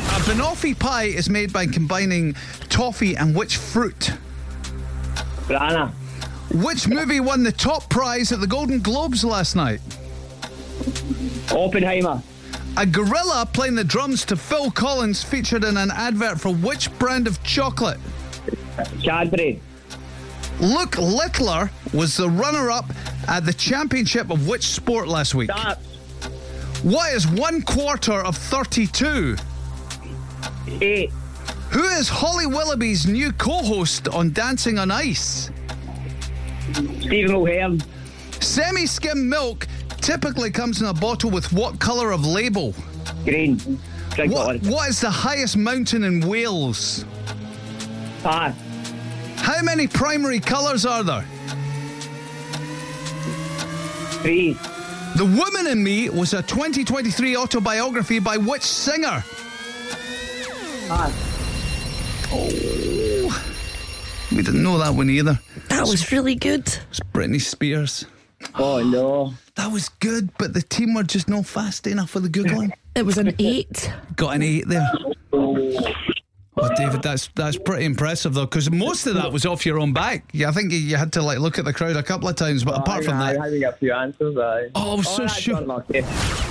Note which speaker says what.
Speaker 1: Banoffee pie is made by combining toffee and which fruit?
Speaker 2: Banana.
Speaker 1: Which movie won the top prize at the Golden Globes last night?
Speaker 2: Oppenheimer.
Speaker 1: A gorilla playing the drums to Phil Collins featured in an advert for which brand of chocolate?
Speaker 2: Cadbury.
Speaker 1: Luke Littler was the runner up at the championship of which sport last week?
Speaker 2: Darts.
Speaker 1: What is one quarter of 32?
Speaker 2: Eight.
Speaker 1: Who is Holly Willoughby's new co host on Dancing on Ice?
Speaker 2: Stephen O'Hearn.
Speaker 1: Semi skim milk typically comes in a bottle with what colour of label?
Speaker 2: Green. Drink
Speaker 1: What,
Speaker 2: water.
Speaker 1: what is the highest mountain in Wales?
Speaker 2: Pass.
Speaker 1: How many primary colours are there?
Speaker 2: Three.
Speaker 1: The Woman in Me was a 2023 autobiography by which singer?
Speaker 2: Pass.
Speaker 1: We didn't know that one either.
Speaker 3: That was really good.
Speaker 1: It's Britney Spears.
Speaker 2: Oh no.
Speaker 1: That was good, but the team were just not fast enough for the good one.
Speaker 3: It was an eight.
Speaker 1: Got an eight there. Oh, David, that's that's pretty impressive though, because most of that was off your own back. Yeah, I think you- you had to like look at the crowd a couple of times, but apart from
Speaker 2: Aye,
Speaker 1: that,
Speaker 2: aye, I think a few answers. Aye.
Speaker 1: Oh, I was so
Speaker 2: that's
Speaker 1: sure.
Speaker 2: unlucky.